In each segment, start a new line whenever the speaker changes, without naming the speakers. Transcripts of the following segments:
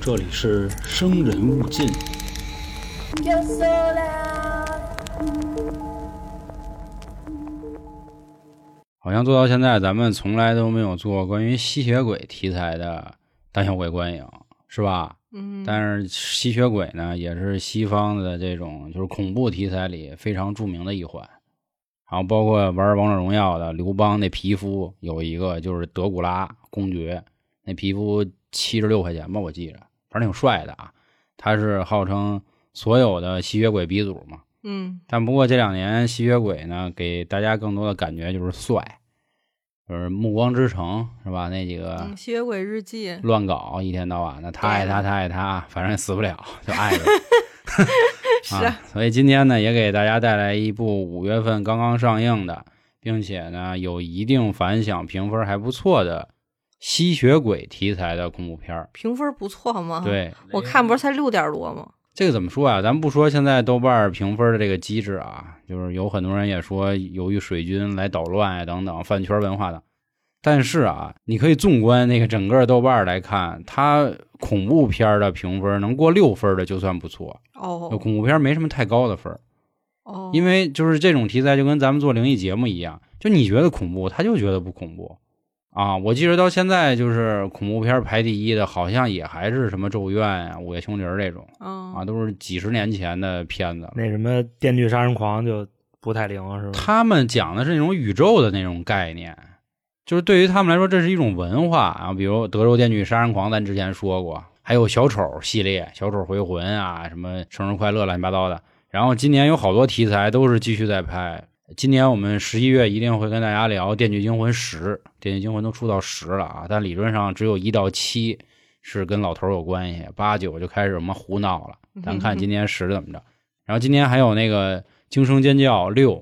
这里是《生人勿进》。
Yo sola,
好像做到现在，咱们从来都没有做关于吸血鬼题材的胆小鬼观影，是吧？
嗯，
但是吸血鬼呢，也是西方的这种就是恐怖题材里非常著名的一环。然后包括玩王者荣耀的刘邦那皮肤有一个就是德古拉公爵，那皮肤七十六块钱吧，我记着，反正挺帅的啊。他是号称所有的吸血鬼鼻祖嘛，
嗯
但不过这两年吸血鬼呢，给大家更多的感觉就是帅，就是《暮光之城》是吧？那几个
嗯，吸血鬼日记，
乱搞，一天到晚的，他爱他，他爱他，反正也死不了，就爱着。
是
啊，所以今天呢，也给大家带来一部五月份刚刚上映的，并且呢有一定反响、评分还不错的吸血鬼题材的恐怖片儿。
评分不错嘛。，
对，
我看不是才六点多吗？
这个怎么说啊？咱不说现在豆瓣儿评分的这个机制啊，就是有很多人也说，由于水军来捣乱呀等等，饭圈文化的。但是啊，你可以纵观那个整个豆瓣儿来看，它恐怖片儿的评分能过六分的就算不错，
哦
恐怖片儿没什么太高的分儿。
哦，
因
为
为就是这种题材，就跟咱们做灵异节目一样，就你觉得恐怖，他就觉得不恐怖啊。我记得到现在，就是恐怖片儿排第一的，好像也还是什么《咒怨》啊、《午夜凶铃》这种。
嗯
啊，都是几十年前的片子了。
那什么《电锯杀人狂》就不太灵是吧？
他们讲的是那种宇宙的那种概念，就是对于他们来说，这是一种文化啊。比如《德州电锯杀人狂》，咱之前说过，还有小丑系列、小丑回魂啊，什么生日快乐乱七八糟的。然后今年有好多题材都是继续在拍。今年我们十一月一定会跟大家聊《电锯惊魂十》，《电锯惊魂》都出到十了啊，但理论上只有一到七是跟老头儿有关系，八九就开始什么胡闹了。咱看今年十怎么着。然后今年还有那个《惊声尖叫六》，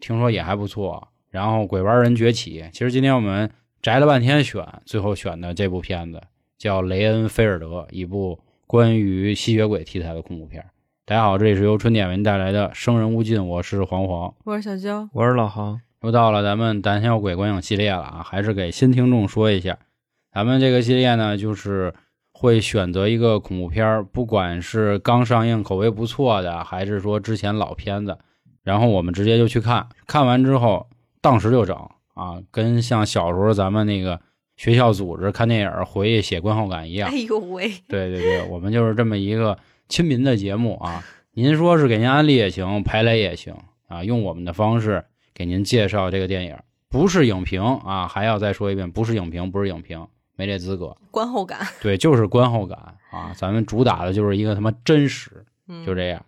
听说也还不错。然后《鬼玩人崛起》，其实今天我们摘了半天选，最后选的这部片子叫《雷恩·菲尔德》，一部关于吸血鬼题材的恐怖片儿。大家好，这里是由春点文带来的《生人勿近》，我是黄黄。
我是小娇，
我是老航，
又到了咱们胆小鬼观影系列了啊，还是给新听众说一下，咱们这个系列呢，就是会选择一个恐怖片儿，不管是刚上映口碑不错的，还是说之前老片子，然后我们直接就去看，看完之后当时就整啊，跟像小时候咱们那个学校组织看电影回忆写观后感一样
哎。呦喂，
对对对，我们就是这么一个亲民的节目啊。您说是给您安利也行，排雷也行啊，用我们的方式给您介绍这个电影，不是影评啊，还要再说一遍，不是影评，不是影评，没这资格。
观后感，
对，就是观后感啊，咱们主打的就是一个他妈真实，
嗯
就这样。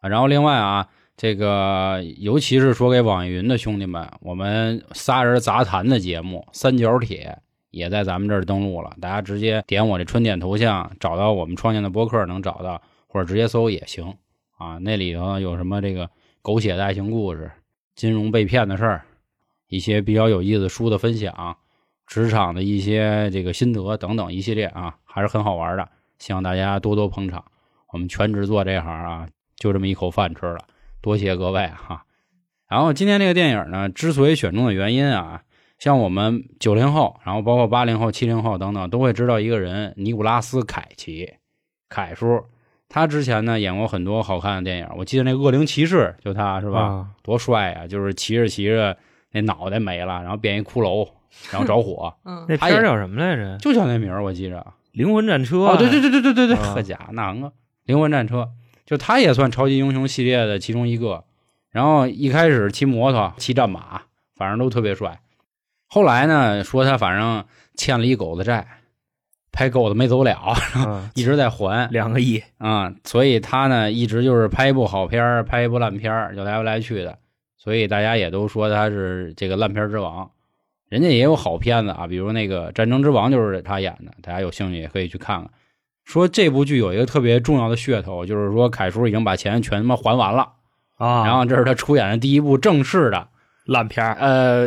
啊然后另外啊，这个尤其是说给网易云的兄弟们，我们仨人杂谈的节目《三角铁》也在咱们这儿登录了，大家直接点我这春点头像，找到我们创建的博客能找到，或者直接搜也行啊。那里头有什么这个狗血的爱情故事、金融被骗的事儿，一些比较有意思的书的分享。职场的一些这个心得等等一系列啊，还是很好玩的，希望大家多多捧场。我们全职做这行啊，就这么一口饭吃了，多谢各位啊哈、然后今天这个电影呢，之所以选中的原因啊，像我们九零后，然后包括八零后、七零后等等，都会知道一个人尼古拉斯凯奇，凯叔。他之前呢演过很多好看的电影，我记得那《恶灵骑士》就他是吧？
啊
多帅呀、就是骑着骑着那脑袋没了，然后变一骷髅，然后着火，
嗯
那片儿叫什么来着？《
就叫那名儿，我记着。
灵魂战车》
哦，对对对对对对对，
啊
好家伙，那个灵魂战车，就他也算超级英雄系列的其中一个。然后一开始骑摩托、骑战马，反正都特别帅。后来呢，说他反正欠了一狗子债，拍狗子没走了，
啊，
一直在还。
两个亿，
啊、所以他呢一直就是拍一部好片儿，拍一部烂片儿，就来回来去的。所以大家也都说他是这个烂片儿之王。人家也有好片子啊，比如那个《战争之王》就是他演的，大家有兴趣也可以去看看。说这部剧有一个特别重要的噱头，就是说凯叔已经把钱全他妈还完了，
啊，
然后这是他出演的第一部正式的
烂片儿，
呃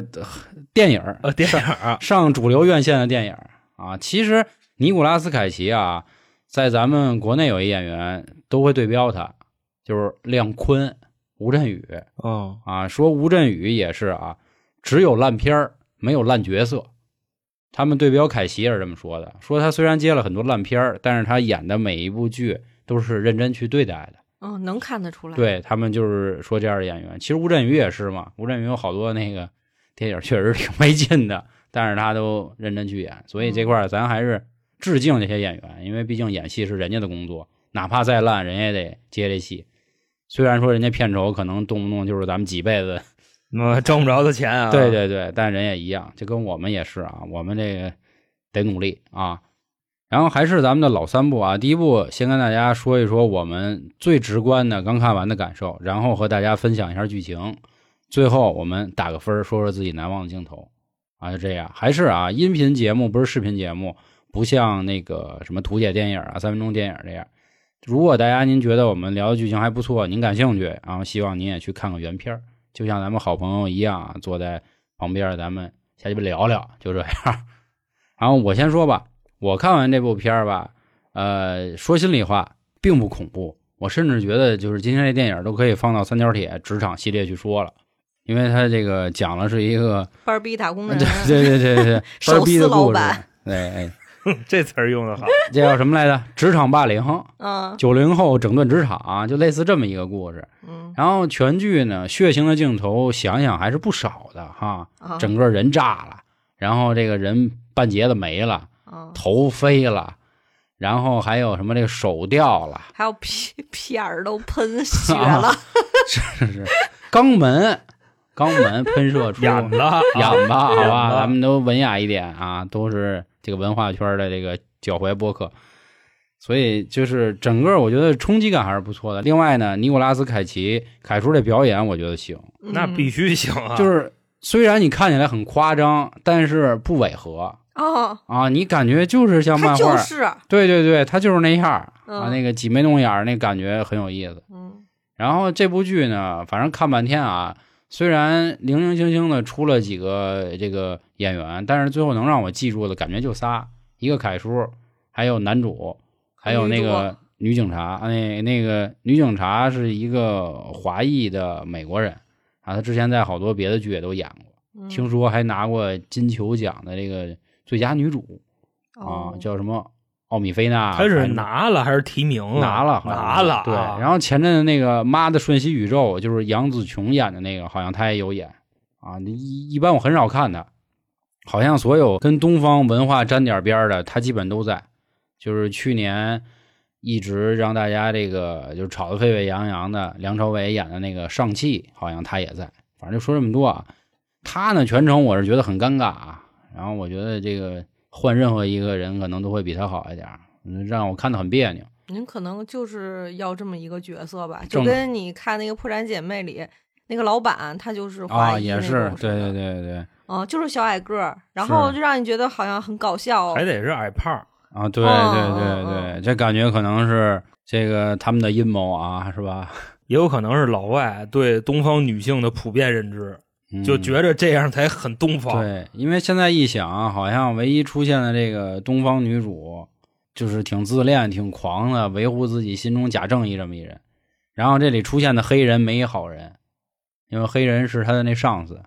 电影儿，
呃，电影儿
上主流院线的电影儿啊。其实尼古拉斯凯奇啊，在咱们国内有一演员都会对标他，就是亮坤、吴镇宇
哦，
啊。说吴镇宇也是啊，只有烂片儿，没有烂角色。他们对标凯奇也是这么说的，说他虽然接了很多烂片儿，但是他演的每一部剧都是认真去对待的。
嗯，能看得出来。，
对他们就是说这样的演员，其实吴镇宇也是嘛，吴镇宇有好多那个电影确实挺 没劲的，但是他都认真去演，所以这块儿咱还是致敬这些演员，因为毕竟演戏是人家的工作，哪怕再烂，人家也得接这戏。虽然说人家片酬可能动不动就是咱们几辈子，
嗯，挣不着的钱啊。
对，对对，但人也一样，就跟我们也是啊，我们这个得努力啊。然后还是咱们的老三部啊，第一部先跟大家说一说我们最直观的刚看完的感受，然后和大家分享一下剧情，最后我们打个分儿，说说自己难忘的镜头啊，就这样。还是啊，音频节目不是视频节目，不像那个什么图解电影啊、三分钟电影这样。如果大家您觉得我们聊的剧情还不错，您感兴趣，然后希望您也去看看原片儿，就像咱们好朋友一样啊，坐在旁边儿咱们下去聊聊，就这样。然后我先说吧，我看完这部片儿吧，呃，说心里话，并不恐怖，我甚至觉得就是今天这电影都可以放到三角铁职场系列去说了，因为它这个讲的是一 个，
班儿逼打 工的人
对，对对对 对，班儿逼的
嗯手撕老
故事
板，
对，哎
这词儿用的好。
这叫什么来着？职场霸凌，
嗯
九零后整顿职场、啊就类似这么一个故事。
嗯
然后全剧呢，血腥的镜头想想还是不少的哈，
啊，
整个人炸了，然后这个人半截子没了，
啊，
头飞了，然后还有什么这个手掉了，
还有屁屁眼儿都喷血
啊
了，
是是，肛门肛 门喷射出
演 的啊，
演吧，好
演
吧，
吧
咱们都文雅一点啊，都是这个文化圈的这个脚踝播客，所以就是整个我觉得冲击感还是不错的。另外呢，尼古拉斯凯奇凯叔这表演我觉得行，
那必
须
须行啊。
就是虽然你看起来很夸张，但是不违和
哦，
啊，你感觉就是像
他
漫
就
画，
是
对对对，他就是那样儿啊，
嗯
那个挤眉弄眼儿那感觉很有意思。
嗯
然后这部剧呢，反正看半天啊，虽然零零星星的出了几个这个演员，但是最后能让我记住的感觉就仨，一个凯叔，还有男主，还有那
女
个女警察。啊那那个女警察是一个华裔的美国人啊，她之前在好多别的剧也都演过，
嗯
听说还拿过金球奖的这个最佳女主啊
哦，
叫什么奥米菲娜？
他是
反正
拿了啊还是提名啊？
拿了，好像
拿了啊。
对，然后前阵的那个《妈的瞬息宇宙》，就是杨紫琼演的那个，好像她也有演啊。一一般我很少看她，好像所有跟东方文化沾点边儿的，她基本都在。就是去年一直让大家这个就是吵得沸沸扬扬的梁朝伟演的那个《上汽》，好像她也在。反正就说这么多啊。她呢，全程我是觉得很尴尬啊。然后我觉得这个换任何一个人可能都会比她好一点儿，嗯让我看得很别扭。
您可能就是要这么一个角色吧，就
正
跟你看那个《破产姐妹》里那个老板，他就是华
啊，
裔
也
那
是
种，
对对
的，
对对，
嗯，就是小矮个儿，然后
是
就让你觉得好像很搞笑，
还得是矮胖儿，
啊，
哦
对对对对，这感觉可能是这个他们的阴谋啊，是吧？
也有可能是老外对东方女性的普遍认知，
嗯
就觉着这样才很东方。
对，因为现在一想，好像唯一出现的这个东方女主，就是挺自恋、挺狂的，维护自己心中假正义这么一人。然后这里出现的黑人没一好人，因为黑人是他的那上司，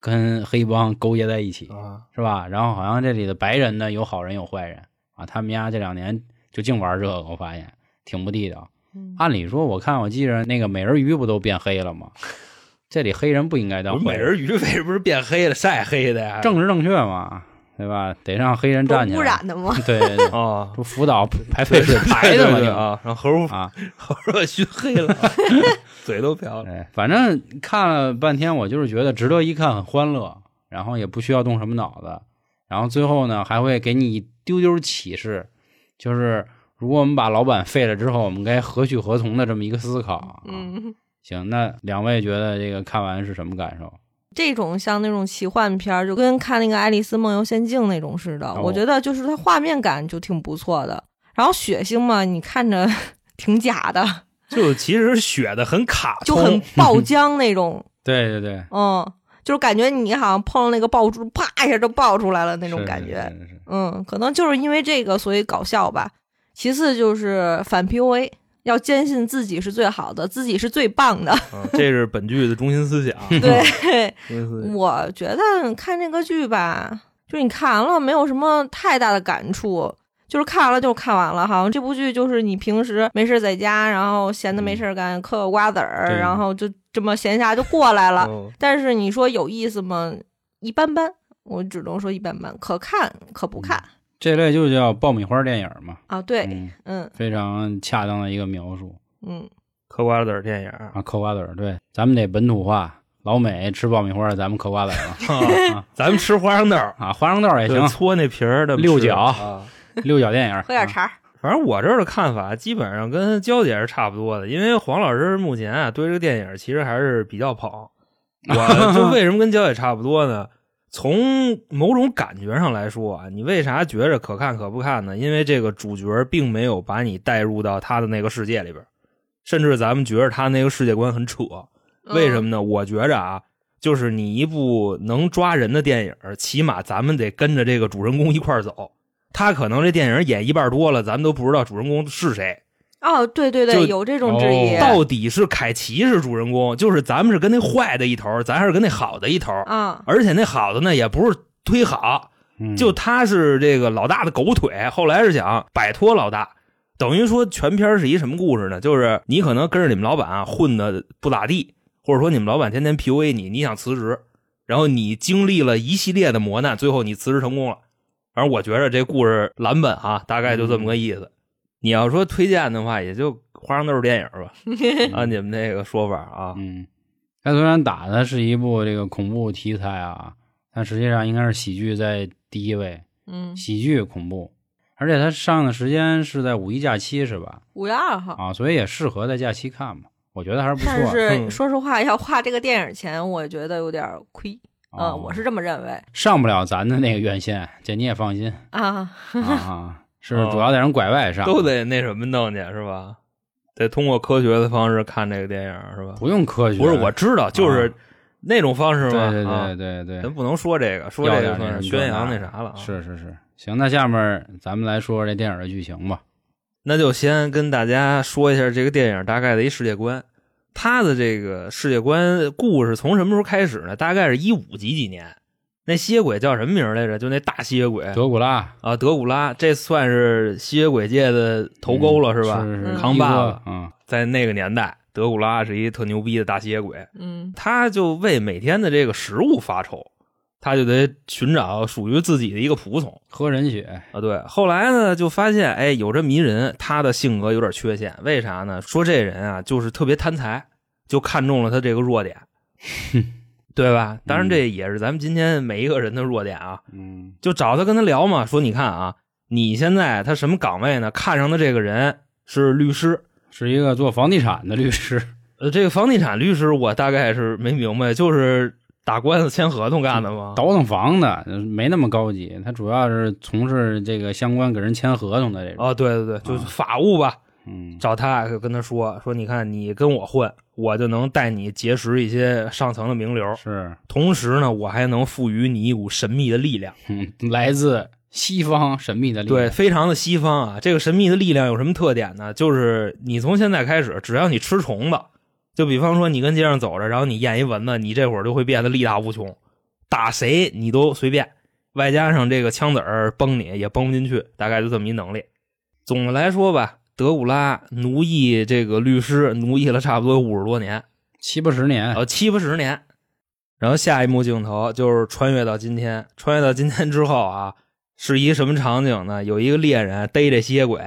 跟黑帮勾结在一起。
啊，
是吧？然后好像这里的白人呢，有好人有坏人啊，他们家这两年就净玩这个，我发现挺不地道。
嗯
按理说，我看我记着那个美人鱼不都变黑了吗？ 这里黑人不应该
我
当
美
坏
人鱼为什么是变黑了、晒黑的呀？
政治正确嘛，对吧？得让黑人
都
站起来。
污染的 吗？
对对对，
啊，
不辅导排废水排
对
的嘛
对对
就
啊，然后猴儿
啊，
猴儿熏黑 了，嘴都瓢了。
哎，反正看了半天，我就是觉得值得一看，很欢乐，然后也不需要动什么脑子，然后最后呢还会给你一丢丢启示，就是如果我们把老板废了之后，我们该何去何从的这么一个思考啊。
嗯，
行，那两位觉得这个看完是什么感受？
这种像那种奇幻片儿，就跟看那个《爱丽丝梦游仙境》那种似的，
哦
我觉得就是它画面感就挺不错的，然后血腥嘛，你看着 挺假的，
就其实血的很卡
就
哦
通，
很爆浆那种，
对对对，
嗯，就是感觉你好像碰了那个爆珠，啪一下就爆出来了那
那
种感觉。
是是是
嗯，可能就是因为这个，所以搞笑吧。其次就是反 PUA，要坚信自己是最好的，自己是最棒的。
嗯这是 嗯本剧的中心思想。
对，
中心思想
我觉得看这个剧吧，就是你看完了没有什么太大的感触，就是看完了就看完了，好像这部剧就是你平时没事在家，然后闲的没事干嗑个瓜子儿，
对
然后就这么闲暇就过来了。
嗯
但是你说有意思吗？一般般，我只能说一般般，可看可不看
这类就叫爆米花电影嘛，
啊。对，
嗯，
嗯
非常恰当的一个描述
嗯，
嗑瓜子儿电影，
啊。嗑瓜子儿，对，咱们得本土化。老美吃爆米花，咱们嗑瓜子儿嘛啊
咱们吃花生豆 儿，
啊，花生豆儿也
对
行，
搓那皮儿的
六角
啊。
六角电影，
喝点
啊
茶儿。
反正我这儿的看法基本上跟娇姐是差不多的，因为黄老师目前啊对这个电影其实还是比较捧。我就为什么跟娇姐差不多呢？从某种感觉上来说啊，你为啥觉着可看可不看呢？因为这个主角并没有把你带入到他的那个世界里边儿，甚至咱们觉着他那个世界观很扯。
嗯
为什么呢？我觉着啊，就是你一部能抓人的电影儿，起码咱们得跟着这个主人公一块儿走。他可能这电影演一半多了，咱们都不知道主人公是谁，
哦，对对
就
对，有这种质疑。
哦
到底是凯奇是主人公，就是咱们是跟那坏的一头，咱还是跟那好的一头，
啊，
而且那好的呢也不是忒好，
嗯
就他是这个老大的狗腿，后来是想摆脱老大。等于说，全片儿是一什么故事呢？就是你可能跟着你们老板啊混的不咋地，或者说你们老板天天 PUA 你，你想辞职，然后你经历了一系列的磨难，最后你辞职成功了。反正我觉着这故事蓝本啊，大概就这么个意思。
嗯
你要说推荐的话，也就花生豆电影 吧，按你们那个说法啊，
嗯，它虽然打的是一部这个恐怖题材啊，但实际上应该是喜剧在第一位，
嗯，
喜剧恐怖，而且它上的时间是在五一假期是吧？
五月二号。
啊，所以也适合在假期看嘛，我觉得还是不错
但
的。
是
嗯
说实话，要花这个电影钱，我觉得有点儿亏。
啊，
哦
嗯，我是这么认为
上不了咱的那个院线，这你也放 心
啊。
啊啊，是主要得人拐外上，
哦都得那什么弄去是吧？得通过科学的方式看这个电影是吧？
不用科学，
不是，我知道，就是
啊
那种方式
对
嘛。
对
啊
对对对，
咱不能说这个，说这个算是宣扬那啥了、啊。，
是是是，行，那下面咱们来说这电影的剧情吧。
那就先跟大家说一下这个电影大概的一世界观。它的这个世界观故事从什么时候开始呢？大概是一五几几年，那吸血鬼叫什么名儿来着？就那大吸血鬼
德古拉
啊，德古拉，这算是吸血鬼界的头钩了，
嗯
是吧？
是是
扛把子。
嗯，
在那个年代，德古拉是一特牛逼的大吸血鬼，
嗯
他就为每天的这个食物发愁，他就得寻找属于自己的一个仆从
喝人血，
啊。对，后来呢，就发现哎，有这么一人，他的性格有点缺陷，为啥呢？说这人啊，就是特别贪财，就看中了他这个弱点，对吧？当然，这也是咱们今天每一个人的弱点啊。
嗯，
就找他跟他聊嘛，说你看啊，你现在他什么岗位呢？看上的这个人是律师，
是一个做房地产的律师，
呃，这个房地产律师我大概是没明白，就是打官司签合同干的吗？
倒腾房的，没那么高级。他主要是从事这个相关给人签合同的这种。
啊，对对对，就是法务吧，
嗯，
找他跟他说说，你看你跟我混，我就能带你结识一些上层的名流，
是，
同时呢，我还能赋予你一股神秘的力量，
嗯，来自西方神秘的力
对，
量。
非常的西方啊。这个神秘的力量有什么特点呢？就是你从现在开始，只要你吃虫子，就比方说你跟街上走着，然后你验一蚊子，你这会儿就会变得力大无穷，打谁你都随便，外加上这个枪子儿崩你也崩不进去，大概就这么一能力。总的来说吧，德古拉奴役这个律师，奴役了差不多五十多年，
七八十年，
呃，七八十年。然后下一幕镜头就是穿越到今天，穿越到今天之后啊，是一什么场景呢？有一个猎人逮这吸血鬼，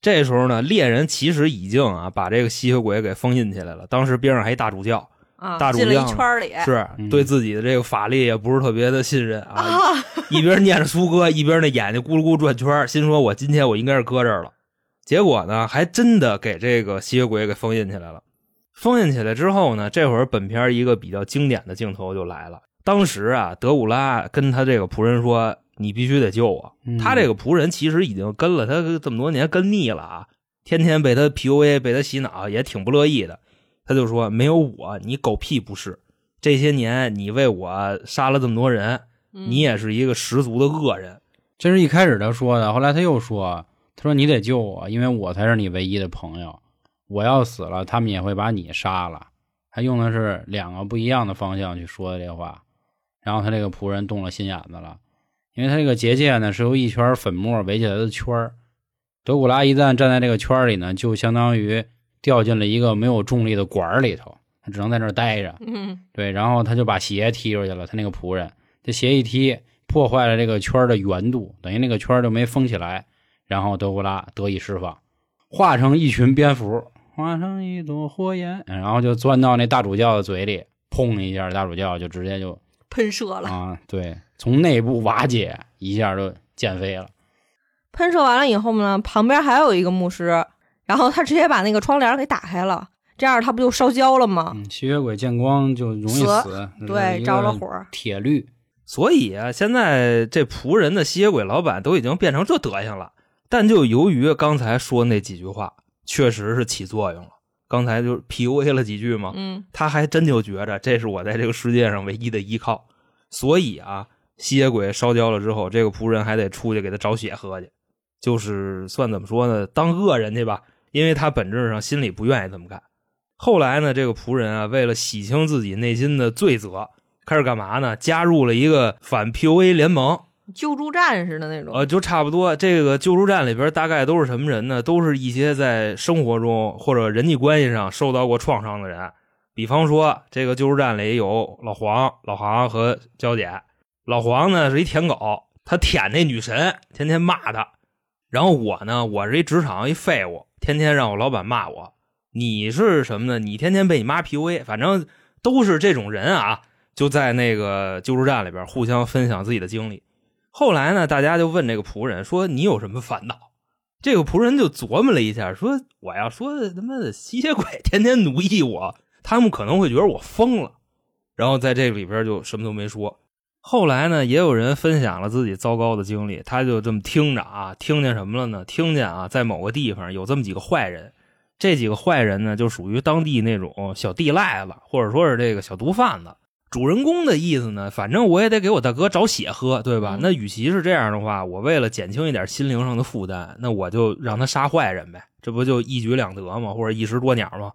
这时候呢，猎人其实已经啊把这个吸血鬼给封印起来了。当时边上还一大主教，
啊，
大主
进了一
将
圈儿里
是
嗯
对自己的这个法力也不是特别的信任啊，
啊，
一边念着苏歌，一边那眼睛咕噜咕噜转圈儿，心说我今天我应该是搁这儿了。结果呢，还真的给这个吸血鬼给封印起来了。封印起来之后呢，这会儿本片儿一个比较经典的镜头就来了。当时啊，德古拉跟他这个仆人说：“你必须得救我。
嗯
他这个仆人其实已经跟了他这么多年，跟腻了啊，天天被他 PUA，被他洗脑，也挺不乐意的。他就说：“没有我，你狗屁不是。这些年你为我杀了这么多人，
嗯
你也是一个十足的恶人。
这是一开始他说的，后来他又说，他说你得救我，因为我才是你唯一的朋友。我要死了，他们也会把你杀了。他用的是两个不一样的方向去说的这话，然后他这个仆人动了心眼子了，因为它这个结界呢是由一圈粉末围起来的圈儿。德古拉一旦站在这个圈儿里呢，就相当于掉进了一个没有重力的管儿里头，他只能在那儿待着。
嗯，
对，然后他就把鞋踢出去了，他那个仆人，这鞋一踢，破坏了这个圈儿的圆度，等于那个圈儿就没封起来，然后德古拉得以释放，化成一群蝙蝠，化成一朵火焰，然后就钻到那大主教的嘴里，砰一下，大主教就直接就
喷射了，
啊，对，从内部瓦解，一下就溅飞了。
喷射完了以后呢，旁边还有一个牧师，然后他直接把那个窗帘给打开了，这样他不就烧焦了吗？
嗯，吸血鬼见光就容易
死
死，
嗯
对，着了火，儿，
铁律。
所以啊，现在这仆人的吸血鬼老板都已经变成这德行了，但就由于刚才说那几句话，确实是起作用了。刚才就是 PUA 了几句嘛，
嗯，
他还真就觉着这是我在这个世界上唯一的依靠。所以啊，吸血鬼烧焦了之后，这个仆人还得出去给他找血喝去，就是算怎么说呢，当恶人去吧，因为他本质上心里不愿意这么干。后来呢，这个仆人啊，为了洗清自己内心的罪责，开始干嘛呢？加入了一个反 PUA 联盟，
救助站似的那种，
呃，就差不多。这个救助站里边大概都是什么人呢？都是一些在生活中或者人际关系上受到过创伤的人。比方说，这个救助站里有老黄、老航和娇姐。老黄呢是一舔狗，他舔那女神，天天骂她。然后我呢，我是一职场一废物，天天让我老板骂我。你是什么呢？你天天被你妈 PUA，反正都是这种人啊，就在那个救助站里边互相分享自己的经历。后来呢，大家就问这个仆人说：“你有什么烦恼？”这个仆人就琢磨了一下，说：“我要说他妈的吸血鬼天天奴役我，他们可能会觉得我疯了。”然后在这里边就什么都没说。后来呢，也有人分享了自己糟糕的经历，他就这么听着啊，听见什么了呢？听见啊，在某个地方有这么几个坏人，这几个坏人呢，就属于当地那种小地赖子，或者说是这个小毒贩子。主人公的意思呢，反正我也得给我大哥找血喝，对吧？
嗯
那与其是这样的话，我为了减轻一点心灵上的负担，那我就让他杀坏人呗，这不就一举两得吗？或者一石多鸟吗？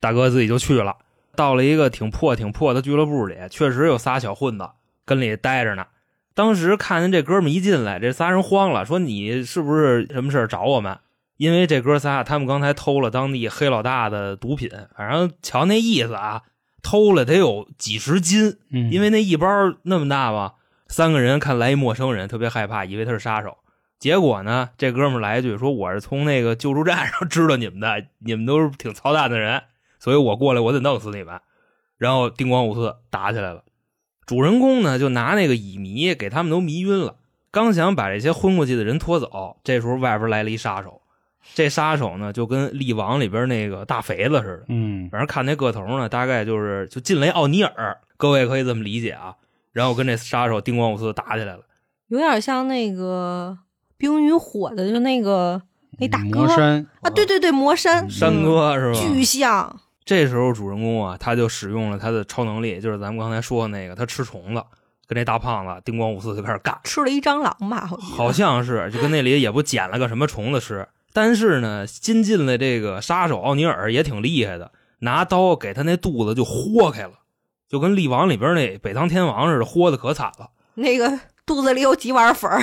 大哥自己就去了，到了一个挺破挺破的俱乐部里，确实有仨小混子跟里待着呢。当时看见这哥们一进来，这仨人慌了，说你是不是什么事儿找我们？因为这哥仨他们刚才偷了当地黑老大的毒品，反正瞧那意思啊，偷了得有几十斤，
嗯，
因为那一包那么大嘛，三个人看来一陌生人，特别害怕，以为他是杀手。结果呢，这哥们儿来一句说：“我是从那个救助站上知道你们的， 你们都是挺操蛋的人，所以我过来我得弄死你们。”然后叮咣五四打起来了。主人公呢就拿那个乙醚给他们都迷晕了，刚想把这些昏过去的人拖走，这时候外边来了一杀手。这杀手呢就跟力王里边那个大肥子似的，
嗯
反正看那个头呢，大概就是就近雷奥尼尔，各位可以这么理解啊。然后跟这杀手叮咣五四打起来了。
有点像那个《冰与火》的，就那个
嗯
那大哥
魔山，
啊，对对对，魔山
嗯
山哥是
嗯
吧？
巨像，
这时候主人公啊，他就使用了他的超能力，就是咱们刚才说的那个，他吃虫子，跟那大胖子叮咣五四就开始干，
吃了一蟑螂吧，我记得
好像是就跟那里也不捡了个什么虫子吃。但是呢，新进的这个杀手奥尼尔也挺厉害的，拿刀给他那肚子就豁开了，就跟力王里边那北唐天王似的，豁的可惨了。
那个肚子里有几碗粉儿，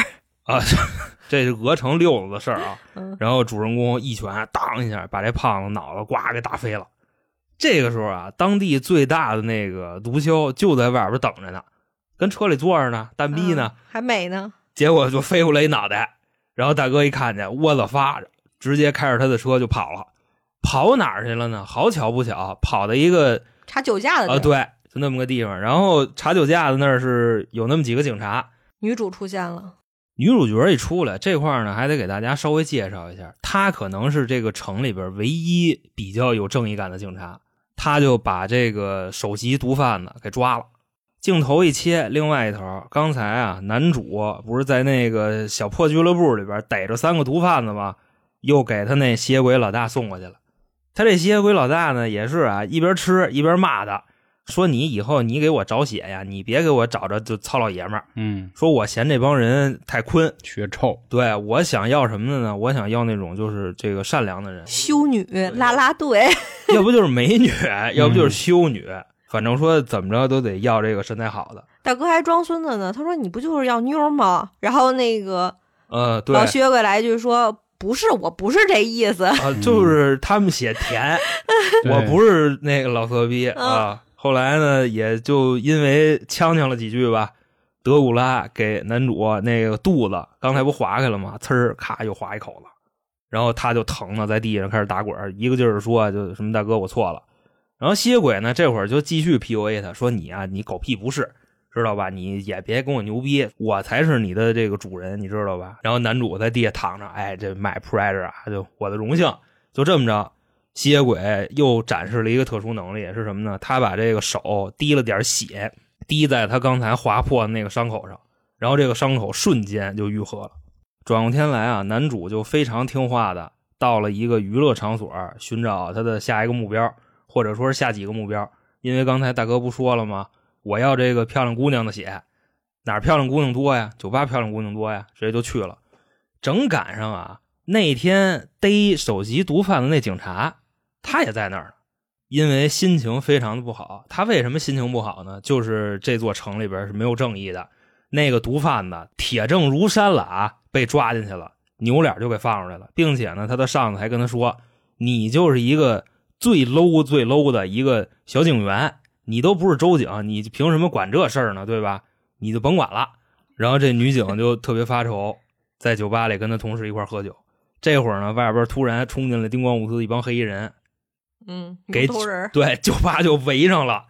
这是鹅城六子的事儿啊。
嗯
然后主人公一拳当一下把这胖子脑袋呱给打飞了。这个时候啊，当地最大的那个毒枭就在外边等着呢，跟车里坐着呢，蛋逼呢，
嗯还美呢，
结果就飞过来一脑袋。然后大哥一看见，我操发着，直接开着他的车就跑了。跑哪儿去了呢？好巧不巧，跑到一个
查酒驾的
啊、
地儿
对，就那么个地方。然后查酒驾的那儿是有那么几个警察，
女主出现了，，
女主角一出来，这块儿呢还得给大家稍微介绍一下，她可能是这个城里边唯一比较有正义感的警察，她就把这个首席毒贩子给抓了。镜头一切，另外一头，刚才啊，男主不是在那个小破俱乐部里边逮着三个毒贩子吗？又给他那吸血鬼老大送过去了。他这吸血鬼老大呢，也是啊，一边吃一边骂他，说你以后你给我找血呀，你别给我找着就糙老爷们儿。
嗯，
说我嫌这帮人太坤，
血臭，
对我想要什么的呢？我想要那种就是这个善良的人
修女啦啦队，
要不就是美女，要不就是修女，反正说怎么着都得要这个身材好的。
大哥还装孙子呢，他说你不就是要妞儿吗？然后那个
呃，对
老薛过来一句说不是，我不是这意思。
啊，就是他们写甜，我不是那个老色逼啊。后来呢，也就因为呛呛了几句吧，德古拉给男主那个肚子，刚才不划开了吗？呲儿咔又划一口子，然后他就疼了，在地上开始打滚儿，一个劲儿说就什么大哥我错了。然后吸血鬼呢，这会儿就继续 PUA 他，说你啊，你狗屁不是，知道吧？你也别跟我牛逼，我才是你的这个主人，你知道吧？然后男主在地下躺着，哎，这 my pleasure 啊，就我的荣幸，就这么着。吸血鬼又展示了一个特殊能力，是什么呢？他把这个手滴了点血，滴在他刚才划破的那个伤口上，然后这个伤口瞬间就愈合了。转过天来啊，男主就非常听话的到了一个娱乐场所，寻找他的下一个目标，或者说是下几个目标。因为刚才大哥不说了吗？我要这个漂亮姑娘的血，哪儿漂亮姑娘多呀？酒吧漂亮姑娘多呀，直接就去了。正赶上啊，那天逮首席毒贩的那警察，他也在那儿呢，因为心情非常的不好。他为什么心情不好呢？就是这座城里边是没有正义的，那个毒贩子铁证如山了啊，被抓进去了，扭脸就给放出来了，并且呢，他的上司还跟他说：“你就是一个最 low 最 low 的一个小警员，你都不是州警，你凭什么管这事儿呢？对吧？你就甭管了。”然后这女警就特别发愁，在酒吧里跟她同事一块儿喝酒。这会儿呢，外边突然冲进来叮咣五四一帮黑衣人，
嗯，
给
偷人儿，
对，酒吧就围上了。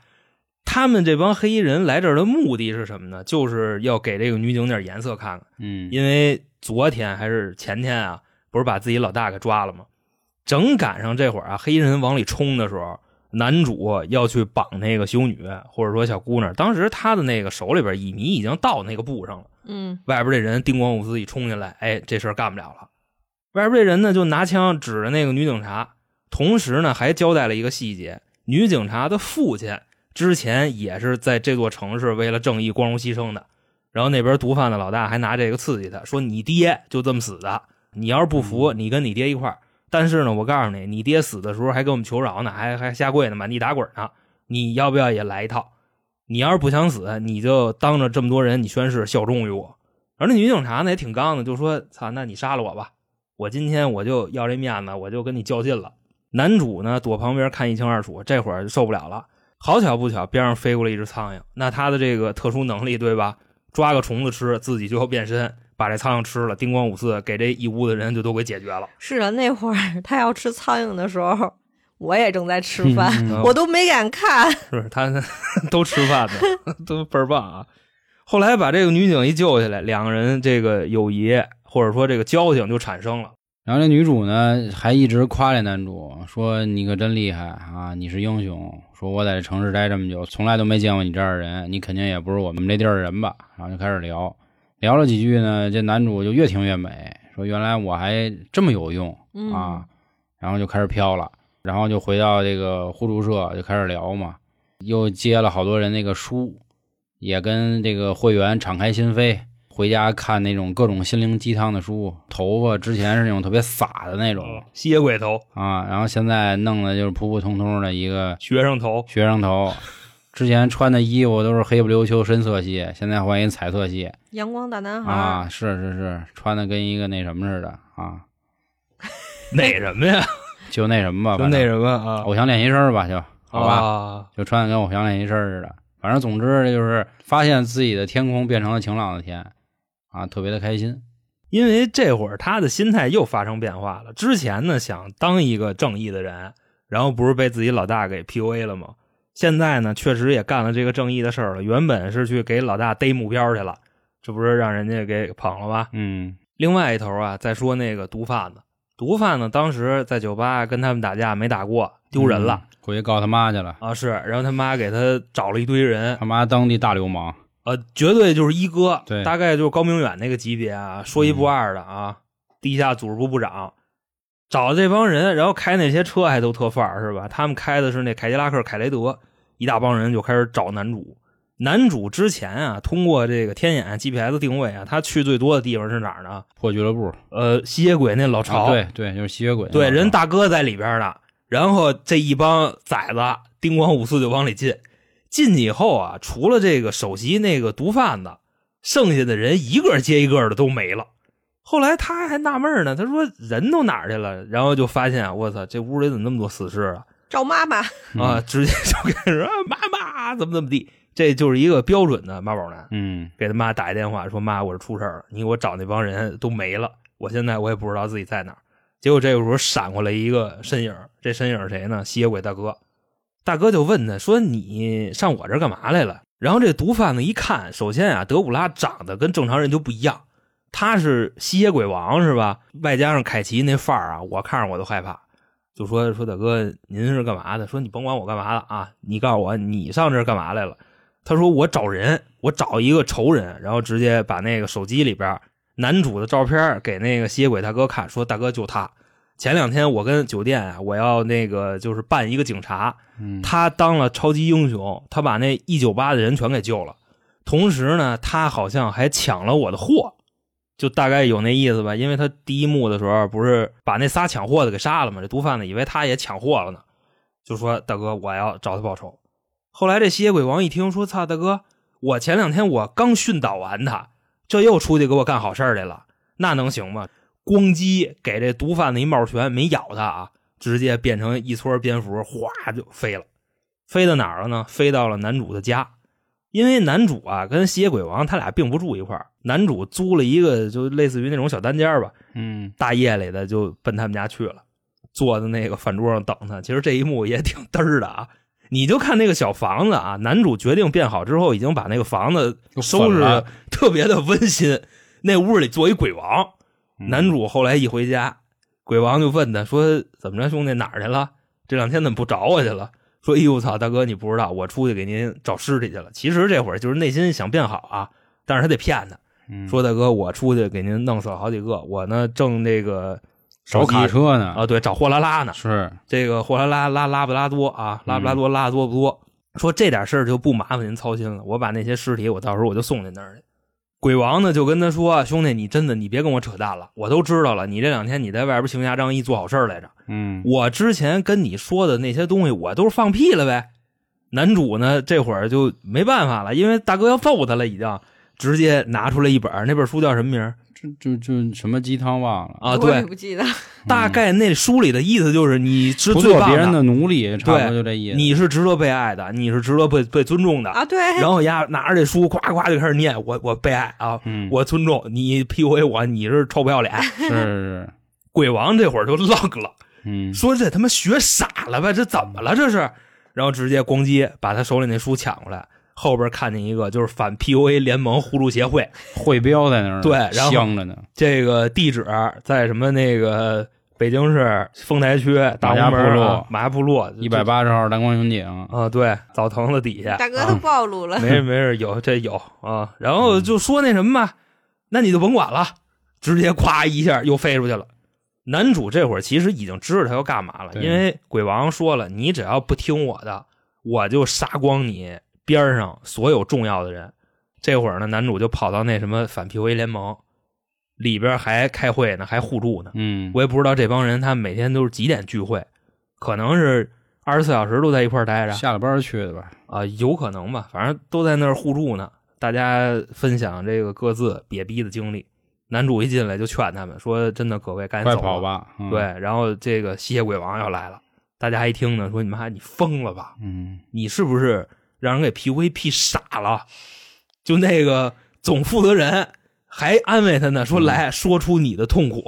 他们这帮黑衣人来这儿的目的是什么呢？就是要给这个女警点颜色看看，
嗯，
因为昨天还是前天啊，不是把自己老大给抓了吗？正赶上这会儿啊，黑衣人往里冲的时候，男主要去绑那个修女或者说小姑娘，当时他的那个手里边乙醚已经到那个布上了。
嗯
外边这人叮咣五四一冲进来，哎，这事儿干不了了。外边这人呢就拿枪指着那个女警察，同时呢还交代了一个细节：女警察的父亲之前也是在这座城市为了正义光荣牺牲的。然后那边毒贩的老大还拿这个刺激他，说你爹就这么死的，你要是不服，你跟你爹一块儿。但是呢，我告诉你，你爹死的时候还给我们求饶呢，还还下跪呢，满地打滚呢。你要不要也来一套？你要是不想死，你就当着这么多人，你宣誓效忠于我。而那女警察呢也挺刚的，就说：“操，那你杀了我吧，我今天我就要这面子，我就跟你较劲了。”男主呢躲旁边看一清二楚，这会儿受不了了。好巧不巧，边上飞过来一只苍蝇，那他的这个特殊能力对吧？抓个虫子吃，自己就要变身，把这苍蝇吃了，叮咣五四，给这一屋子人就都给解决了。
是的，那会儿他要吃苍蝇的时候，我也正在吃饭，
嗯
嗯
我都没敢看。
是不是？他 都吃饭的， 都倍儿棒啊！后来把这个女警一救下来，两个人这个友谊或者说这个交情就产生了。
然后这女主呢，还一直夸这男主，说你可真厉害啊，你是英雄。说我在这城市待这么久，从来都没见过你这样的人，你肯定也不是我们这地儿人吧？然后就开始聊，聊了几句呢，这男主就越听越美，说原来我还这么有用
嗯
啊，然后就开始飘了，然后就回到这个互助社就开始聊嘛，又接了好多人那个书，也跟这个会员敞开心扉，回家看那种各种心灵鸡汤的书，头发之前是那种特别洒的那种
吸血鬼头、
啊，然后现在弄的就是普普通通的一个
学 生头，
学生头，之前穿的衣服都是黑不溜秋深色系，现在换一彩色系
阳光大男孩儿，
啊，是是是，穿的跟一个那什么似的啊，
哪什么呀？
就那什么吧，
就
反正
那什么啊？
偶像练习生吧，就好吧，
啊，
就穿的跟偶像练习生似的。反正总之就是发现自己的天空变成了晴朗的天，啊，特别的开
嗯
心。
因为这会儿他的心态又发生变化了。之前呢，想当一个正义的人，然后不是被自己老大给 PUA 了吗？现在呢，确实也干了这个正义的事儿了。原本是去给老大逮目标去了，这不是让人家给捧了吗？
嗯
另外一头啊，再说那个毒贩子，毒贩子当时在酒吧跟他们打架没打过，丢人了、
嗯，回去告他妈去了。
啊！是，然后他妈给他找了一堆人，
他妈当地大流氓，
呃，绝对就是一哥，
对嗯
大概就是高明远那个级别啊，说一不二的啊，地下组织部部长，找这帮人，然后开那些车还都特范儿是吧？他们开的是那凯迪拉克、凯雷德，一大帮人就开始找男主。男主之前啊，通过这个天眼 GPS 定位啊，他去最多的地方是哪儿呢？
破俱乐部，
呃，吸血鬼那老
啊
巢，
对对，就是吸血鬼。
对，人大哥在里边呢，然后这一帮崽子叮咣五四就往里进，进去以后啊，除了这个首席那个毒贩子，剩下的人一个接一个的都没了。后来他还纳闷呢，他说人都哪儿去了？然后就发现，啊我操，这屋里怎么那么多死尸啊？
找妈妈，
啊，直接就开始啊，妈妈怎么怎么地，这就是一个标准的妈宝男。
嗯
给他妈打一电话说：“妈，我是出事儿了，你给我找那帮人都没了，我现在我也不知道自己在哪儿。”结果这个时候闪过来一个身影儿，这身影儿是谁呢？吸血鬼大哥。大哥就问他说：“你上我这儿干嘛来了？”然后这毒贩子一看，首先啊，德古拉长得跟正常人就不一样，他是吸血鬼王是吧？外加上凯奇那范儿啊，我看着我都害怕。就说说大哥，您是干嘛的？说你甭管我干嘛的啊，你告诉我你上这儿干嘛来了？他说我找人，我找一个仇人，然后直接把那个手机里边男主的照片给那个吸血鬼大哥看，说大哥就他。前两天我跟酒店啊，我要那个就是办一个警察，
嗯
他当了超级英雄，他把那一九八的人全给救了。同时呢，他好像还抢了我的货，就大概有那意思吧。因为他第一幕的时候不是把那仨抢货的给杀了吗？这毒贩子以为他也抢货了呢，就说大哥，我要找他报仇。后来这吸血鬼王一听说，操大哥，我前两天我刚训导完他，这又出去给我干好事儿来了，那能行吗？咣叽给这毒贩子一帽拳，没咬他啊，直接变成一撮蝙蝠，哗就飞了，飞到哪儿了呢？飞到了男主的家，因为男主啊跟吸血鬼王他俩并不住一块儿，男主租了一个就类似于那种小单间儿吧，
嗯
大夜里的就奔他们家去了，坐在那个饭桌上等他。其实这一幕也挺嘚儿的啊。你就看那个小房子啊，男主决定变好之后，已经把那个房子收拾的特别的温馨。那屋里做一鬼王，
嗯
男主后来一回家，鬼王就问他说：“怎么着，兄弟哪儿去了？这两天怎么不找我去了？”说：“哎呦我操，大哥你不知道，我出去给您找尸体去了。”其实这会儿就是内心想变好啊，但是他得骗他，
嗯
说大哥，我出去给您弄死了好几个，我呢挣这个手
找
机
卡车呢
啊，对，找货拉拉呢。
是
这个货拉拉拉拉布拉多啊，拉布拉多拉的多不多？说这点事儿就不麻烦您操心了，我把那些尸体我到时候我就送您那儿去。鬼王呢就跟他说：“兄弟，你真的你别跟我扯淡了，我都知道了，你这两天你在外边行侠仗义做好事儿来着。
嗯
我之前跟你说的那些东西，我都是放屁了呗。”男主呢这会儿就没办法了，因为大哥要揍他了，已经直接拿出来一本儿，那本书叫什么名儿
这这这什么鸡汤忘了
啊？
我
对
也，不记得。
大概那书里的意思就是你是
不
最
做
棒
别
的
人的奴隶，差不多
对
就这意思。
你是值得被爱的，你是值得被被尊重的。
啊，对，
然后丫拿着这书，夸夸就开始念，我我被爱啊，
嗯，
我尊重你 PUA 我，你是臭不要脸。
是是，
鬼王这会儿就愣了，
嗯
说这他妈学傻了吧？这怎么了？这是？然后直接咣叽把他手里那书抢过来，后边看见一个就是反 PUA 联盟互助协会，
会标在那儿呢，
对然后
镶着呢，
这个地址在什么那个北京市丰台区大
马家
红门
铺路
啊马家铺路
一百八十号蓝光巡警，
啊，对，澡堂子底下。
大哥都
啊
暴露 了，
没事没事，有这有啊。然后就说那什么吧，那你就甭管了，直接咵一下又飞出去了。男主这会儿其实已经知道他要干嘛了，
对
因为鬼王说了，你只要不听我的，我就杀光你边儿上所有重要的人。这会儿呢，男主就跑到那什么反 PUA 联盟里边还开会呢，还互助呢。
嗯，
我也不知道这帮人他们每天都是几点聚会，可能是二十四小时都在一块儿待着，
下了班儿去的吧，
啊、有可能吧，反正都在那儿互助呢，大家分享这个各自瘪逼的经历。男主一进来就劝他们说：“真的，各位赶紧
快
走
跑！”吧，嗯
对，，然后这个吸血鬼王要来了，大家一听呢，说：“你妈，你疯了吧？
嗯
你是不是让人给 PUA P 傻了？”就那个总负责人还安慰他
嗯
呢，说：“来说出你的痛苦。”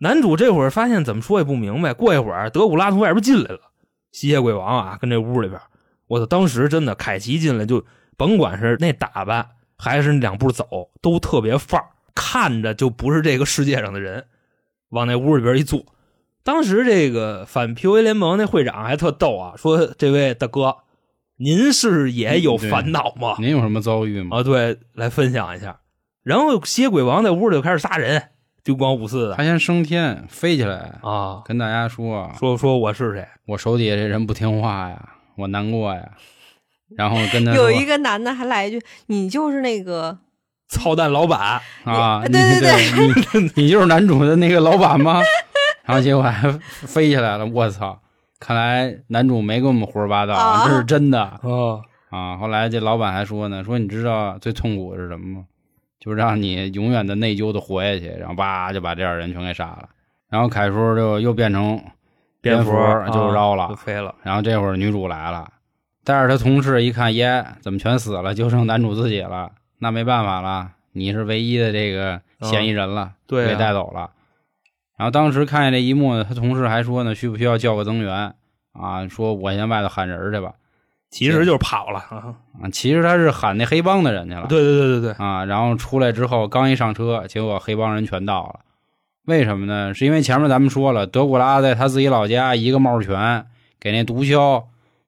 男主这会儿发现怎么说也不明白，过一会儿德古拉从外边进来了，吸血鬼王啊跟这屋里边，我操！当时真的凯奇进来就甭管是那打扮还是那两步走，都特别范儿，看着就不是这个世界上的人。往那屋里边一坐，当时这个反 PUA 联盟那会长还特逗啊，说：“这位大哥，您是也有
嗯对
烦恼吗？”
您有什么遭遇吗？
啊，对，来分享一下。然后吸血鬼王在屋里就开始杀人，就光五四的
他先升天飞起来，
啊，
跟大家说，
说说我是谁，
我手底下这人不听话呀，我难过呀，然后跟他
有
说
一个男的还来一句：“你就是那个
操蛋老板，
啊，
对
你
对
对，你 你就是男主的那个老板 吗？然后结果还飞起来了，我操！看来男主没跟我们胡说八道，
啊
这是真的。
啊，
啊，后来这老板还说呢，说你知道最痛苦的是什么吗？就是让你永远的内疚的活下去，然后叭就把这样人全给杀了。然后凯叔就又变成蝙
蝠
就
绕
绕了
就飞了。
然后这会儿女主来了，但是她同事一看，耶，怎么全死了，就剩男主自己了？那没办法了，你是唯一的这个嫌疑人了，
对啊
被带走了。然后当时看见这一幕呢，他同事还说呢，需不需要叫个增援啊？说我先外头喊人儿去吧。
其实就是跑了啊！
啊，其实他是喊那黑帮的人去了。
对对对对对，
啊，然后出来之后刚一上车，结果黑帮人全到了。为什么呢？是因为前面咱们说了，德古拉在他自己老家一个帽拳给那毒枭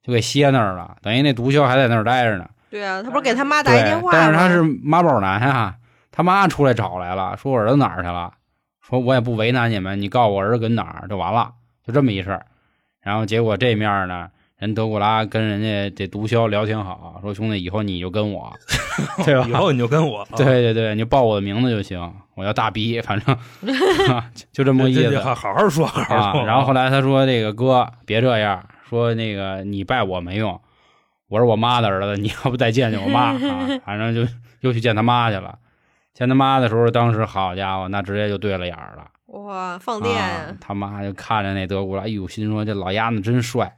就给歇那儿了，等于那毒枭还在那儿待着呢。
对啊，他不是给他妈打一
对
电话，
但是他是妈宝男啊，他妈出来找来了，说我儿子哪儿去了，说我也不为难你们，你告诉我儿子跟哪儿就完了，就这么一事儿。然后结果这面呢，人德古拉跟人家这毒枭聊挺好，说兄弟以后你就跟 我，对吧？
以后你就跟我，啊，
对对对，你就报我的名字就行，我叫大逼，反 正 啊就就这么个意
这
思
这好好好说，好好
啊。
说。
然后后来他说：“这个哥，别这样，说那个你拜我没用，我是我妈的儿子，你要不再见见我妈啊？”反正就又去见他妈去了。见他妈的时候，当时好家伙，那直接就对了眼儿了。
哇放电，
啊，他妈就看着那德古拉，哎呦，心说这老丫子真帅。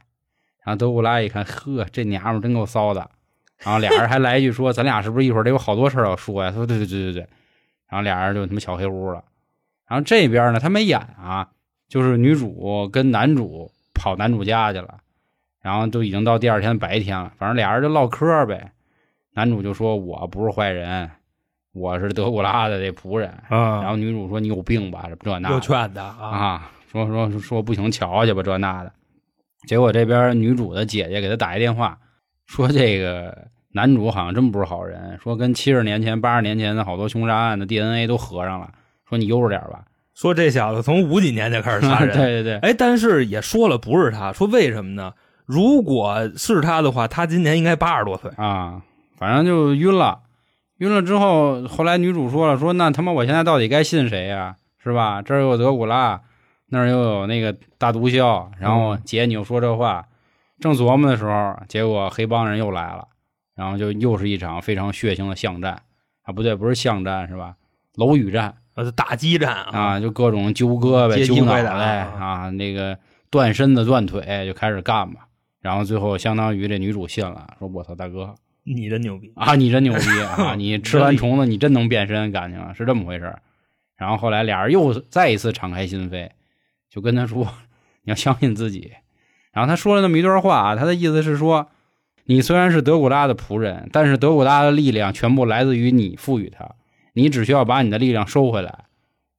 然后德古拉一看，呵，这娘们儿真够骚的。然后俩人还来一句说：“咱俩是不是一会儿得有好多事儿要说呀？”他说：“对对对对对。”然后俩人就他妈小黑屋了。然后这边呢，他没演啊，就是女主跟男主跑男主家去了，然后都已经到第二天白天了，反正俩人就唠嗑儿呗。男主就说：“我不是坏人，我是德古拉的这仆人。”然
啊
后，女主说：“你有病吧？这那的
又劝他啊，
啊，说说说不行，瞧去吧，这那的。结果这边女主的姐姐给她打一电话，说这个男主好像真不是好人，说跟七十年前、八十年前的好多凶杀案的 DNA 都合上了，说你悠着点吧。
说这小子从五几年就开始杀
对
人，
对对，
哎，但是也说了不是他，说为什么呢？如果是他的话，他今年应该八十多岁。
啊，反正就晕了。晕了之后，后来女主说了，说那他妈我现在到底该信谁呀、是吧？这儿又有德古拉，那儿又有那个大毒枭，然后
嗯
姐你又说这话，正琢磨的时候，结果黑帮人又来了，然后就又是一场非常血腥的巷战啊，不对，不是巷战是吧？楼宇战
呃，打激战啊，
啊，就各种揪胳
阶
膊、
级
揪脑
快打
袋啊，那个断身子、断腿就开始干吧。然后最后相当于这女主信了，说我操大哥，
你真牛逼！
啊，你真牛逼啊！你吃完虫子，你真能变身，感情啊是这么回事儿。然后后来俩人又再一次敞开心扉，就跟他说：“你要相信自己。”然后他说了那么一段话啊，他的意思是说，你虽然是德古拉的仆人，但是德古拉的力量全部来自于你赋予他，你只需要把你的力量收回来，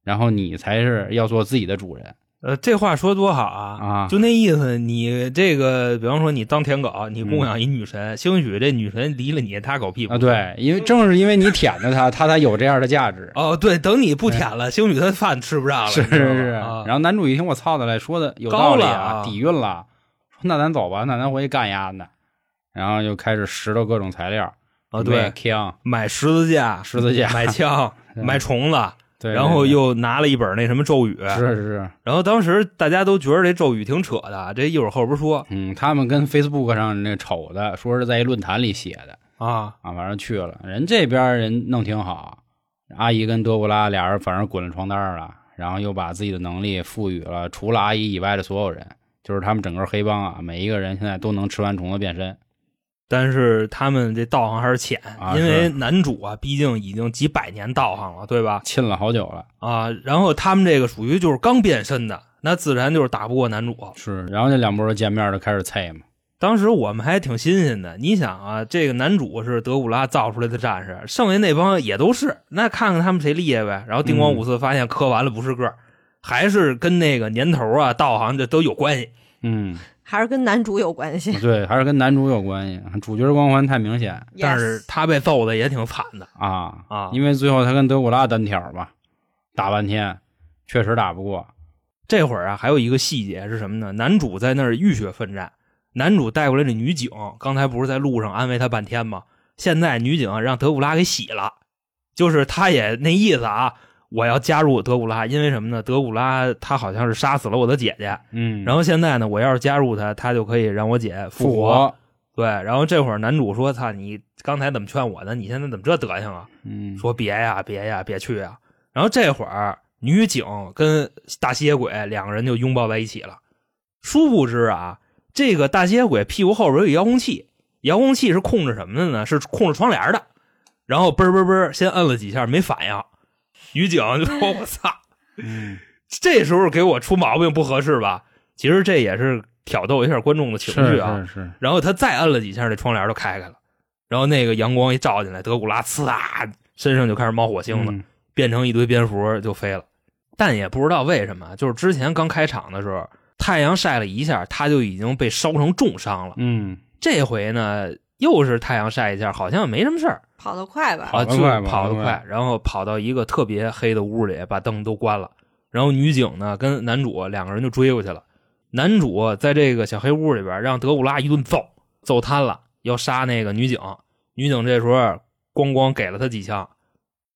然后你才是要做自己的主人
呃，这话说多好啊！
啊！
就那意思，你这个，比方说你当舔狗，你供养一女神，兴许这女神离了你，她狗屁
嗯
股
啊，。对，因为正是因为你舔着他，他才有这样的价值。
哦，对，等你不舔了，兴许她饭吃不上了。
是
你知道
是是。
吗啊
然后男主一听我操的嘞，说的有
高
道理
了
啊
啊，
底蕴了，说那咱走吧，那咱回去干丫的。然后就开始拾掇各种材料
啊，对，
枪，
买十字架，
十字架
买 枪，
嗯
买虫子，
对，
然后又拿了一本那什么咒语。
对对是是，
然后当时大家都觉得这咒语挺扯的，这一会儿后边说
嗯，他们跟 Facebook 上那瞅的，说是在一论坛里写的
啊，
啊，反正去了，人这边人弄挺好，阿姨跟德古拉俩人反正滚了床单了，然后又把自己的能力赋予了除了阿姨以外的所有人，就是他们整个黑帮啊，每一个人现在都能吃完虫子变身。
但是他们这道行还是浅，
啊
因为
是
男主啊，毕竟已经几百年道行了，对吧？
亲了好久了，
啊，然后他们这个属于就是刚变身的，那自然就是打不过男主。
是，然后这两拨人见面就开始菜嘛，
当时我们还挺新鲜的，你想啊，这个男主是德古拉造出来的战士，剩下那帮也都是，那看看他们谁厉害呗。然后丁光五四发现磕完了不是个儿，还是跟那个年头啊、道行这都有关系。
嗯，
还是跟男主有关 系。
对，还是跟男主有关系，主角光环太明显
但是
Yes
他被揍的也挺惨的
啊
啊，
因为最后他跟德古拉单挑嘛，打半天，确实打不过，
这会儿啊，还有一个细节是什么呢？男主在那儿浴血奋战，男主带过来这女警，刚才不是在路上安慰他半天吗？现在女警让德古拉给洗了，就是他也那意思啊，我要加入德古拉，因为什么呢？德古拉他好像是杀死了我的姐姐，
嗯，
然
后
后现在呢，我要是加入他，他就可以让我姐
复
活。对，然后这会儿男主说：“操，你刚才怎么劝我的？你现在怎么这德行啊？”
嗯，
说别呀，别呀，别去呀。然后这会儿女警跟大吸血鬼两个人就拥抱在一起了。殊不知啊，这个大吸血鬼屁股后边有一遥控器，遥控器是控制什么的呢？是控制窗帘的。然后嘣嘣嘣，先摁了几下没反应，女警就说：“我操，
嗯
这时候给我出毛病不合适吧？”其实这也是挑逗一下观众的情绪啊。
是是是，
然后他再摁了几下，这窗帘就开开了。然后那个阳光一照进来，德古拉呲啊，身上就开始冒火星子，
嗯
变成一堆蝙蝠就飞了。但也不知道为什么，就是之前刚开场的时候，太阳晒了一下，他就已经被烧成重伤了。
嗯，
这回呢，又是太阳晒一下，好像也没什么事儿
跑得快吧？
啊，
得
就
快吧
跑
跑
得
得
快
快，
然后跑到一个特别黑的屋里，把灯都关了。然后女警呢跟男主两个人就追过去了。男主在这个小黑屋里边让德古拉一顿揍，揍瘫了，要杀那个女警。女警这时候咣咣给了他几枪，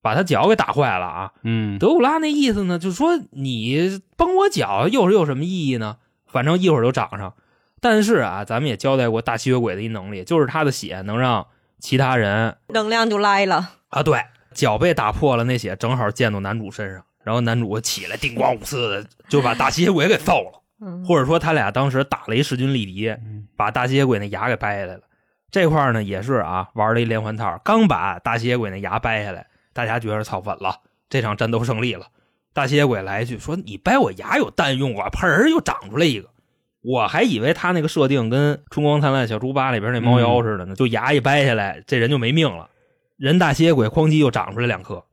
把他脚给打坏了啊。
嗯，
德古拉那意思呢，就是说你崩我脚又是有什么意义呢？反正一会儿就长上。但是啊，咱们也交代过大吸血鬼的一能力，就是他的血能让其他人
能量就来了，
啊，对，脚被打破了，那血正好溅到男主身上，然后男主起来叮咣五四的就把大吸血鬼给揍了，
嗯，
或者说他俩当时打了一势均力敌，把大吸血鬼那牙给掰下来了。这块儿呢也是啊，玩了一连环套，刚把大吸血鬼那牙掰下来，大家觉得操稳了，这场战斗胜利了。大吸血鬼来一句说：“你掰我牙有蛋用啊！”喷儿又长出来一个。我还以为他那个设定跟《春光灿烂小猪八》里边那猫妖似的呢，就牙一掰下来，这人就没命了。人大吸血鬼哐叽又长出来两颗。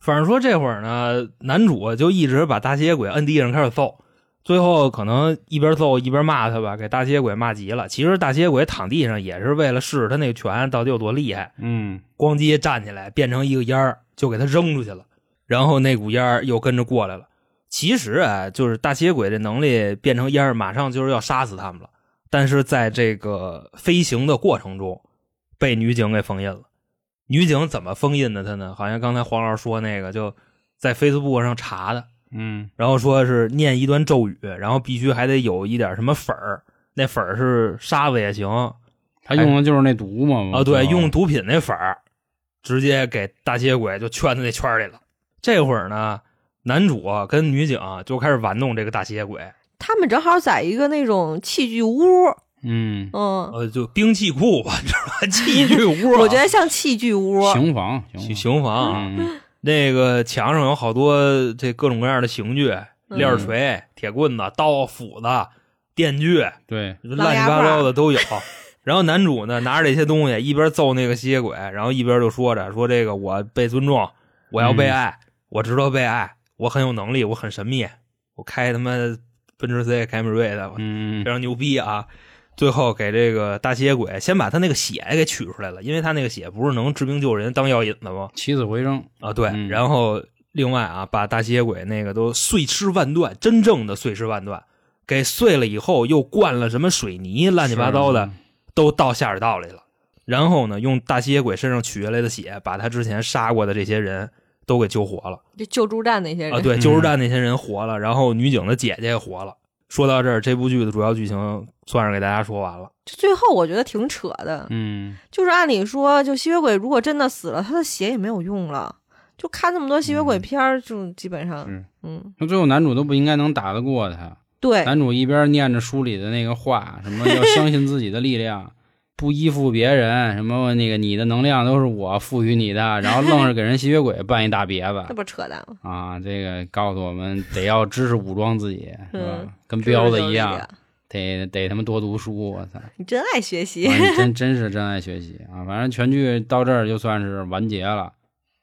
反正说这会儿呢，男主啊就一直把大吸血鬼摁地上开始揍，最后可能一边揍一边骂他吧，给大吸血鬼骂急了。其实大吸血鬼躺地上也是为了试试他那个拳到底有多厉害。
嗯
咣叽站起来，变成一个烟儿，就给他扔出去了。然后那股烟儿又跟着过来了。其实啊，就是大吸血鬼这能力变成烟儿，马上就是要杀死他们了。但是在这个飞行的过程中，被女警给封印了。女警怎么封印的他呢？好像刚才黄老师说那个，就在 Facebook 上查的，
嗯
然后说是念一段咒语，然后必须还得有一点什么粉儿，那粉儿是沙子也行，
他用的就是那毒嘛。
啊，对，
我知道
用毒品那粉儿，直接给大吸血鬼就圈在那圈儿里了。这会儿呢，男主啊跟女警啊就开始玩弄这个大吸血鬼，
他们正好在一个那种器具屋，
嗯，
嗯，
呃，就兵器库吧，你知道吧？器具屋啊、
我觉得像器具屋，
刑房
刑
刑
刑房啊，
房，嗯
那个墙上有好多这各种各样的刑具，
嗯
链儿锤、铁棍子、刀、斧子、电锯，
对，
乱七八糟的都有。然后男主呢，拿着这些东西，一边揍那个吸血鬼，然后一边就说着：“说这个我被尊重，我要被爱，我值得被爱，我很有能力，我很神秘，我开他妈奔驰 C、凯美瑞的，我
嗯
非常牛逼啊！”最后给这个大吸血鬼先把他那个血给取出来了，因为他那个血不是能治病救人当药引子吗？
起死回生，
啊，对。
嗯
然后另外啊，把大吸血鬼那个都碎尸万段，真正的碎尸万段，给碎了以后又灌了什么水泥，乱七八糟的。
是，
都到下水道里了。然后呢，用大吸血鬼身上取下来的血，把他之前杀过的这些人都给救活了
就救助站那些人，
啊！对，
嗯
救助站那些人活了，然后女警的姐姐也活了。说到这儿，这部剧的主要剧情算是给大家说完了。
就最后我觉得挺扯的，
嗯
就是按理说，就吸血鬼如果真的死了，他的血也没有用了。就看这么多吸血鬼片儿，就基本上，
嗯是。
嗯，
那最后男主都不应该能打得过他，
对，
男主一边念着书里的那个话，什么要相信自己的力量， 不依附别人，什么那个你的能量都是我赋予你的，然后愣是给人吸血鬼办一大别
那
子
不扯淡吗？
啊！这个告诉我们得要知识武装自己，是吧？
嗯
跟彪子
就是
一
这
样，得得他妈多读书，我操！
你真爱学习。
啊你真真是真爱学习啊！反正全剧到这儿就算是完结了。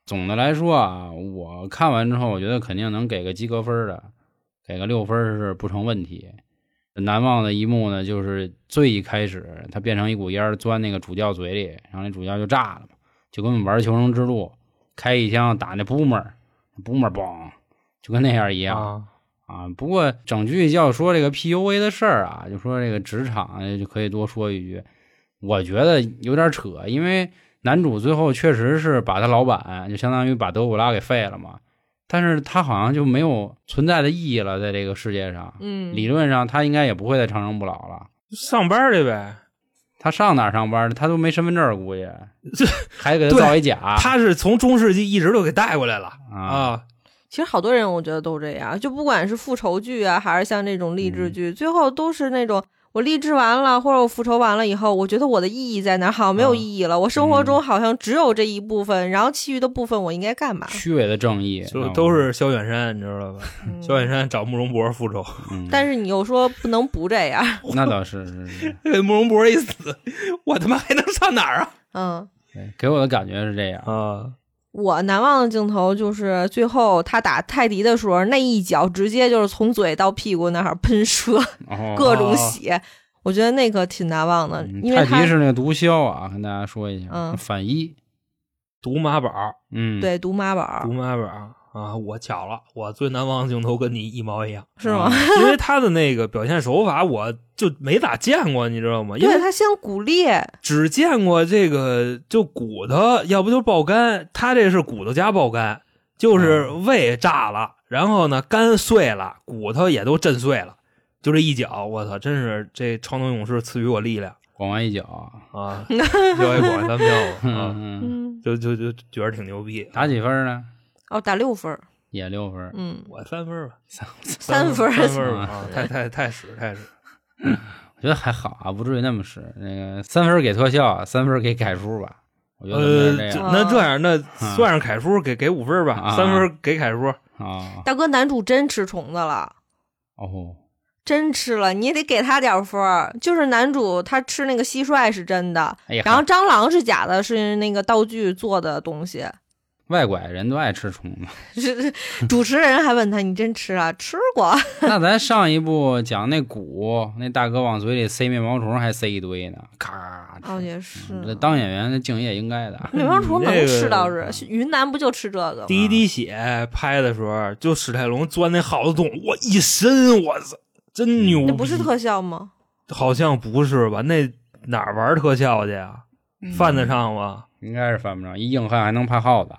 总的来说啊，我看完之后，我觉得肯定能给个及格分儿的，给个六分儿是不成问题。难忘的一幕呢，就是最一开始他变成一股烟儿钻那个主教嘴里，然后那主教就炸了嘛，就跟我们玩《求生之路》，开一枪打那 boomer，boomer 嘣，就跟那样一样。
啊，
啊，不过整句要说这个 PUA 的事儿啊，就说这个职场啊就可以多说一句，我觉得有点扯，因为男主最后确实是把他老板就相当于把德古拉给废了嘛，但是他好像就没有存在的意义了，在这个世界上，
嗯，
理论上他应该也不会再长生不老了。
上班去呗。
他上哪儿上班？他都没身份证儿，估 计
这
还给他
对
造一假啊
他是从中世纪一直都给带过来了啊，
其实好多人我觉得都这样，就不管是复仇剧啊，还是像这种励志
嗯
剧，最后都是那种我励志完了，或者我复仇完了以后，我觉得我的意义在哪儿？好像没
嗯
有
啊
意义了。我生活中好像只有这一部分，然后其余的部分我应该干嘛？
虚伪的正义，啊
就都是萧远山，你知道吧？
嗯
萧远山找慕容博复仇，
嗯，
但是你又说不能不这样，
那倒是是 是，
这 慕容博一死， 我他妈还能上哪儿啊？
嗯。
对给我的感觉是这样，
啊，
我难忘的镜头就是最后他打泰迪的时候，那一脚直接就是从嘴到屁股那儿喷射，
哦
各种血，我觉得那个挺难忘的，
嗯
因为
泰
他
迪是那个毒枭啊，跟大家说一下，
嗯
反一，
毒马宝，
嗯，，
对毒妈宝
毒马宝啊！我巧了，我最难忘的镜头跟你一毛一样，
是吗？
因为他的那个表现手法，我就没咋见过，你知道吗？因
对
为
他先骨裂，
只见过这个就骨头，要不就爆肝，他这是骨头加爆肝，就是胃炸了，然后呢肝碎了，骨头也都震碎了，就这一脚，我操，真是这超能勇士赐予我力量
广完一脚，
啊！要一广三票
嗯，
啊，
嗯
嗯，
就就就觉得挺牛逼。
打几分呢？
哦，打六分儿，
也六分，
嗯，
我三分吧，
三分
分
儿
三分吧
啊
啊，太太太屎太屎，
我觉得还好啊，不至于那么实。那个三分给特效，三分给楷书吧，我觉
呃
得，这
就
样
那这样那算上凯叔给给五分吧
啊，
三分给凯叔，
啊，
大哥，男主真吃虫子了。
哦，
真吃了，你也得给他点儿分儿。就是男主他吃那个蟋蟀是真的，
哎呀，
然后蟑螂是假的，是那个道具做的东西。
外拐人都爱吃虫子。
是主持人还问他：“你真吃啊？吃过？
那咱上一部讲那骨，那大哥往嘴里塞面包虫，还塞一堆呢，咔吃。
哦，
嗯
也是。
这当演员的敬业应该的。啊
面包虫能吃倒
你
是，云南不就吃这个吗？
第一滴血拍的时候，就史泰龙钻那耗子洞，我一身，我操，真牛逼！
那不是特效吗？
好像不是吧？那哪儿玩特效去啊？
嗯
犯得上吗？
应该是犯不着，一硬汉还能怕耗子。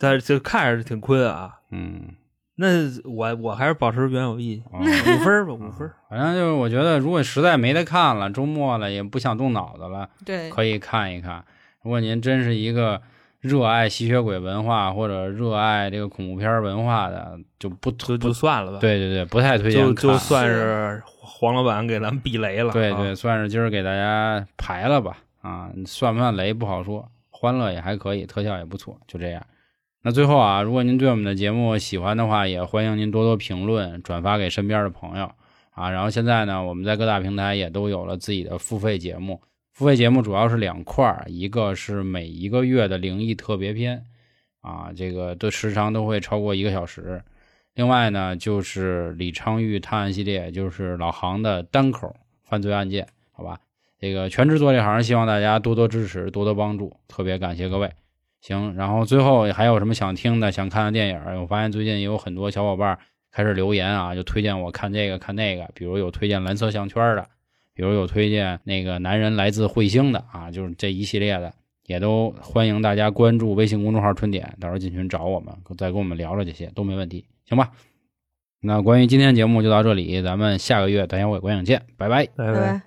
但是就看着挺亏啊。
嗯，
那我我还是保持原有意见，
哦
五分吧，五分。
反正就是我觉得，如果实在没得看了，周末了也不想动脑子了，
对，
可以看一看。如果您真是一个热爱吸血鬼文化或者热爱这个恐怖片文化的，就不
就
推
就算了吧。，
对对对，不太推荐
就
看。
就算是黄老板给咱们避雷了。
对
啊
对，算是今儿给大家排了吧，啊，算不算雷不好说，欢乐也还可以，特效也不错，就这样。那最后啊，如果您对我们的节目喜欢的话，也欢迎您多多评论、转发给身边的朋友啊。然后现在呢，我们在各大平台也都有了自己的付费节目，付费节目主要是两块儿，一个是每一个月的灵异特别篇啊，这个的时长都会超过一个小时。另外呢，就是李昌钰探案系列，就是老杭的单口犯罪案件，好吧？这个全职做这行，希望大家多多支持，多多帮助，特别感谢各位。行，然后最后还有什么想听的、想看的电影儿？我发现最近也有很多小伙伴开始留言啊，就推荐我看这个看那个，比如有推荐《蓝色项圈》的，比如有推荐那个《男人来自彗星》的啊，就是这一系列的，也都欢迎大家关注微信公众号“春点”，到时候进群找我们，再跟我们聊聊这些都没问题，行吧？那关于今天节目就到这里，咱们下个月单元会观影见，拜拜。
拜
拜拜。